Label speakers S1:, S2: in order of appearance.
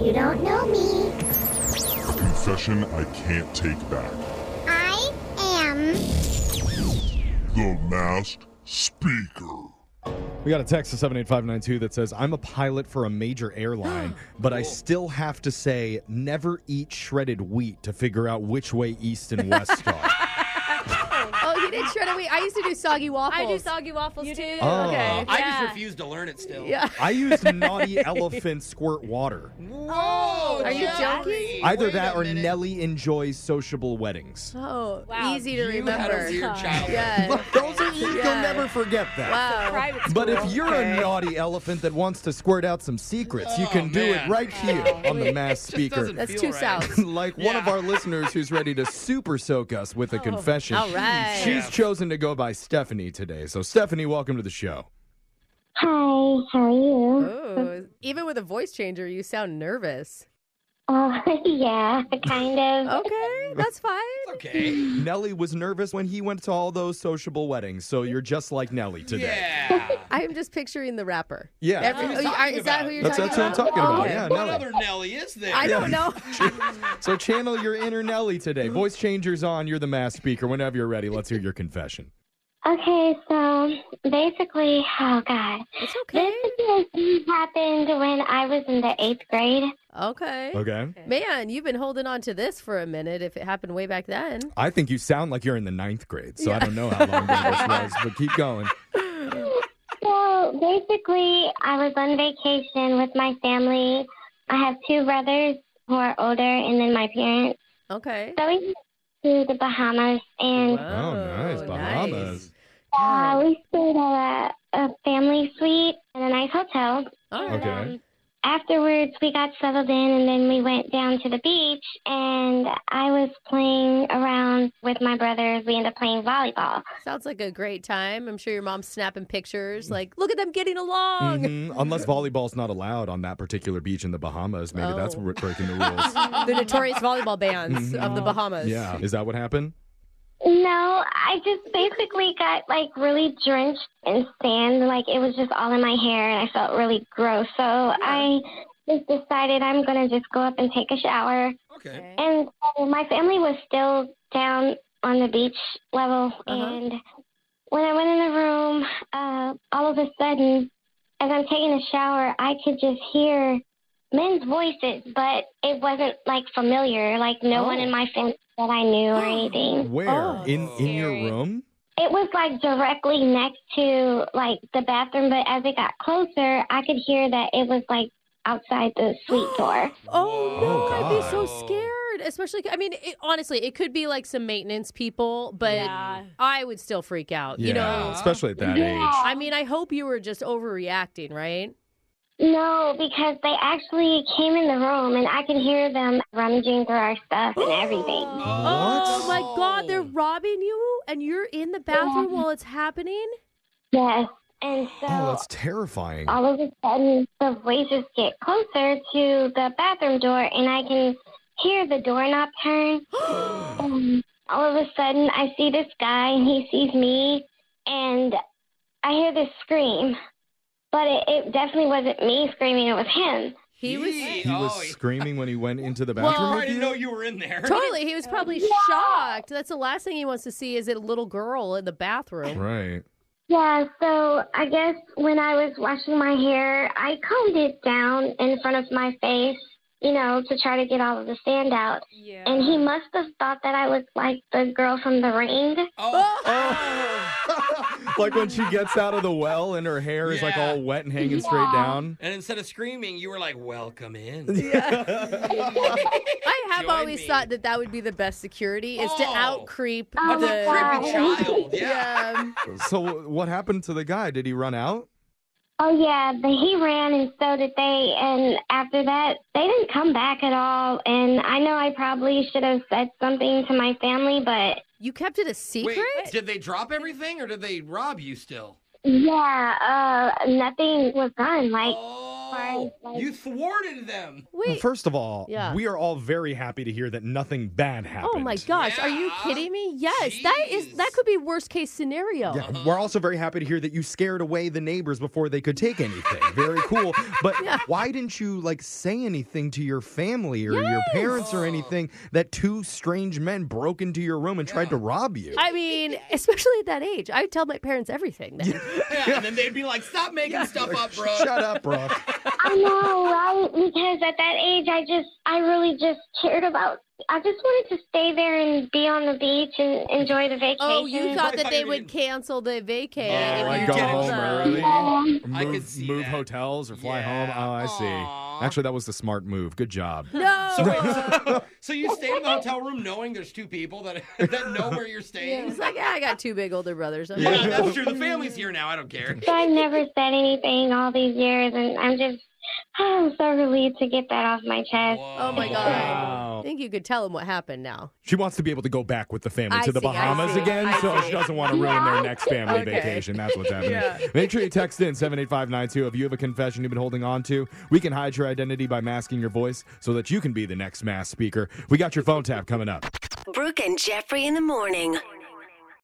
S1: You don't know me.
S2: A confession I can't take back.
S1: I am.
S2: The Masked Speaker.
S3: We got a text to 78592 that says, I'm a pilot for a major airline, but I still have to say, never eat shredded wheat to figure out which way east and west are.
S4: Oh, he did shred away. I used to do soggy waffles.
S5: I do soggy waffles
S4: You
S5: too.
S4: do?
S3: Oh.
S5: Okay.
S6: I
S5: yeah.
S6: just refuse to learn it still.
S4: Yeah.
S3: I use naughty elephant squirt water.
S6: Whoa!
S4: Oh, Are you joking?
S3: Either
S6: Wait
S3: that
S6: a
S3: or
S6: minute.
S3: Nelly enjoys sociable weddings.
S4: Oh,
S5: Wow.
S4: easy to
S6: You had
S4: remember.
S6: a weird childhood.
S4: Yeah.
S3: Those are, you,
S4: Yeah.
S3: will never forget that.
S4: Wow.
S5: Private school.
S3: But if you're a naughty elephant that wants to squirt out some secrets, you
S6: Oh,
S3: can do it
S6: man.
S3: right here on the mass
S6: It just
S3: speaker.
S6: doesn't
S4: That's
S6: feel
S4: two
S6: right.
S4: souths.
S3: like one of
S6: Yeah.
S3: our listeners who's ready to super soak us with a confession.
S4: all right.
S3: She's
S6: Yeah.
S3: chosen to go by Stephanie today. So, Stephanie, welcome to the show.
S1: Hi, how are you?
S4: Ooh. Even with a voice changer, you sound nervous.
S1: Oh, yeah, kind of.
S4: Okay, that's fine.
S6: Okay.
S3: Nelly was nervous when he went to all those sociable weddings. So, you're just like Nelly today.
S6: Yeah.
S4: I'm just picturing the rapper.
S3: Yeah.
S4: Every-
S6: That's what
S4: oh,
S6: he's
S4: you-
S6: talking
S4: is that who
S6: about.
S4: you're
S3: That's,
S4: talking
S3: that's what I'm
S4: about?
S3: talking about.
S4: Okay.
S3: Yeah,
S6: What
S3: Nelly.
S6: other Nelly is there?
S4: I don't know.
S3: So, channel your inner Nelly today. Voice changers on. You're the mass speaker. Whenever you're ready, let's hear your confession.
S1: Okay, so basically, oh god,
S4: It's okay.
S1: this situation happened when I was in the eighth grade.
S4: Okay.
S3: Okay.
S4: Man, you've been holding on to this for a minute if it happened way back then.
S3: I think you sound like you're in the ninth grade. So, I don't know how long ago this was, but keep going.
S1: So basically, I was on vacation with my family. I have two brothers who are older, and then my parents.
S4: Okay.
S1: So we went to the Bahamas, and
S3: Oh, nice.
S4: Whoa,
S3: Bahamas.
S1: uh,
S4: God.
S1: we stayed at a, a family suite in a nice hotel.
S4: All right.
S3: Okay.
S1: Afterwards, we got settled in, and then we went down to the beach, and I was playing around with my brothers. We ended up playing volleyball.
S4: Sounds like a great time. I'm sure your mom's snapping pictures like, look at them getting along.
S3: Mhm. Unless volleyball's not allowed on that particular beach in the Bahamas, maybe that's
S4: Oh.
S3: where it's breaking the rules.
S4: The notorious volleyball bands
S3: Mhm.
S4: of the Bahamas.
S3: yeah, is that what happened?
S1: No, I just basically got like really drenched in sand. Like it was just all in my hair, and I felt really gross. So I just decided I'm gonna just go up and take a shower.
S6: Okay.
S1: And uh, my family was still down on the beach level. And when I went in the room, uh, all of a sudden, as I'm taking a shower, I could just hear men's voices, but it wasn't like familiar. Like no one in my family that I knew or anything.
S3: Where
S4: Oh,
S3: in in your
S5: scary.
S3: room?
S1: It was like directly next to like the bathroom, but as it got closer, I could hear that it was like outside the suite door.
S4: Oh, no.
S3: Oh,
S4: I'd be so
S6: God.
S4: scared. Especially, I mean, it, honestly, it could be like some maintenance people, but
S5: Yeah.
S4: I would still freak out. You know,
S3: especially at that age.
S4: I mean, I hope you were just overreacting, right?
S1: No, because they actually came in the room and I could hear them rummaging through our stuff and everything.
S4: Oh
S3: What?
S4: my God, they're robbing you, and you're in the bathroom while it's happening.
S1: Yes. And so
S3: Oh, that's terrifying.
S4: Oh.
S1: all of a sudden the voices get closer to the bathroom door and I can hear the doorknob turn. and all of a sudden I see this guy and he sees me and I hear this scream. But it, it definitely wasn't me screaming, it was him.
S4: He was
S3: He was screaming when he went into the
S6: Well,
S3: bathroom
S6: Oh, I
S3: with
S6: didn't
S3: you.
S6: know you were in there.
S4: totally. He was probably shocked. That's the last thing he wants to see is a little girl in the bathroom.
S3: Right.
S1: Yeah, so I guess when I was washing my hair, I combed it down in front of my face, you know, to try to get all of the sand out.
S5: Yeah.
S1: And he must have thought that I looked like the girl from The Ring.
S4: ah.
S6: Oh.
S3: like when she gets out of the well and her hair is like
S6: Yeah.
S3: all wet and hanging straight down.
S6: And instead of screaming, you were like, "Welcome in."
S4: I have
S6: Join
S4: always
S6: me.
S4: thought that that would be the best security is to
S6: Oh.
S4: out creep
S1: Oh,
S6: What a
S1: my God.
S6: creepy child. Yeah.
S4: Yeah. um,
S3: So what happened to the guy? Did he run out?
S1: Oh, yeah, but he ran and so did they. And after that, they didn't come back at all. And I know I probably should have said something to my family, but
S4: You kept it a secret?
S6: Wait, did they drop everything or did they rob you still?
S1: yeah, uh, nothing was done. Like,
S6: Oh. No.
S1: far as,
S6: You thwarted them.
S3: Well,
S4: Wait.
S3: first of all,
S4: Yeah.
S3: we are all very happy to hear that nothing bad happened.
S4: Oh my gosh, are you
S6: Yeah.
S4: kidding me? Yes, that is that
S6: Jeez.
S4: could be worst case scenario.
S3: Yeah, we're also very happy to hear that you scared away the neighbors before they could take anything. Very cool. But why didn't you like say anything to your family or your parents or
S6: Oh.
S3: anything that two strange men broke into your room and tried to rob you?
S4: I mean, especially at that age, I tell my parents everything. Then.
S6: Yeah, and then they'd be like, "Stop making stuff up, bro."
S3: Shut up, Brooke.
S1: I know, right? Because at that age, I just, I really just cared about. I just wanted to stay there and be on the beach and enjoy the vacation.
S4: Oh, you thought that they
S6: I
S4: would
S6: mean-
S4: cancel the vacay
S3: Oh,
S4: if
S3: like
S4: you
S3: go
S4: told
S3: home
S4: them.
S3: early.
S1: Um,
S6: I could see
S3: move
S6: that.
S3: hotels or fly
S6: Yeah.
S3: home. Oh, I
S6: Aw.
S3: see. Actually, that was the smart move. Good job.
S4: No.
S6: uh, So you stayed in the hotel room knowing there's two people that that know where you're staying.
S4: He's like, yeah, I got two big older brothers. I'm
S6: Yeah,
S4: like,
S6: that's true. The family's here now. I don't care.
S1: so I've never said anything all these years, and I'm just, I'm so relieved to get that off my chest.
S4: Oh my god!
S3: Wow.
S4: I think you could tell them what happened now.
S3: She wants to be able to go back with the family
S4: I
S3: to the
S4: see, I
S3: Bahamas
S4: see,
S3: again,
S4: I
S3: so
S4: see.
S3: she doesn't want to ruin their next family
S4: Okay.
S3: vacation. That's what's happening.
S4: Yeah.
S3: Make sure you text in 78592 if you have a confession you've been holding on to. We can hide your identity by masking your voice so that you can be the next mass speaker. We got your phone tap coming up.
S5: Brooke and Jeffrey in the morning.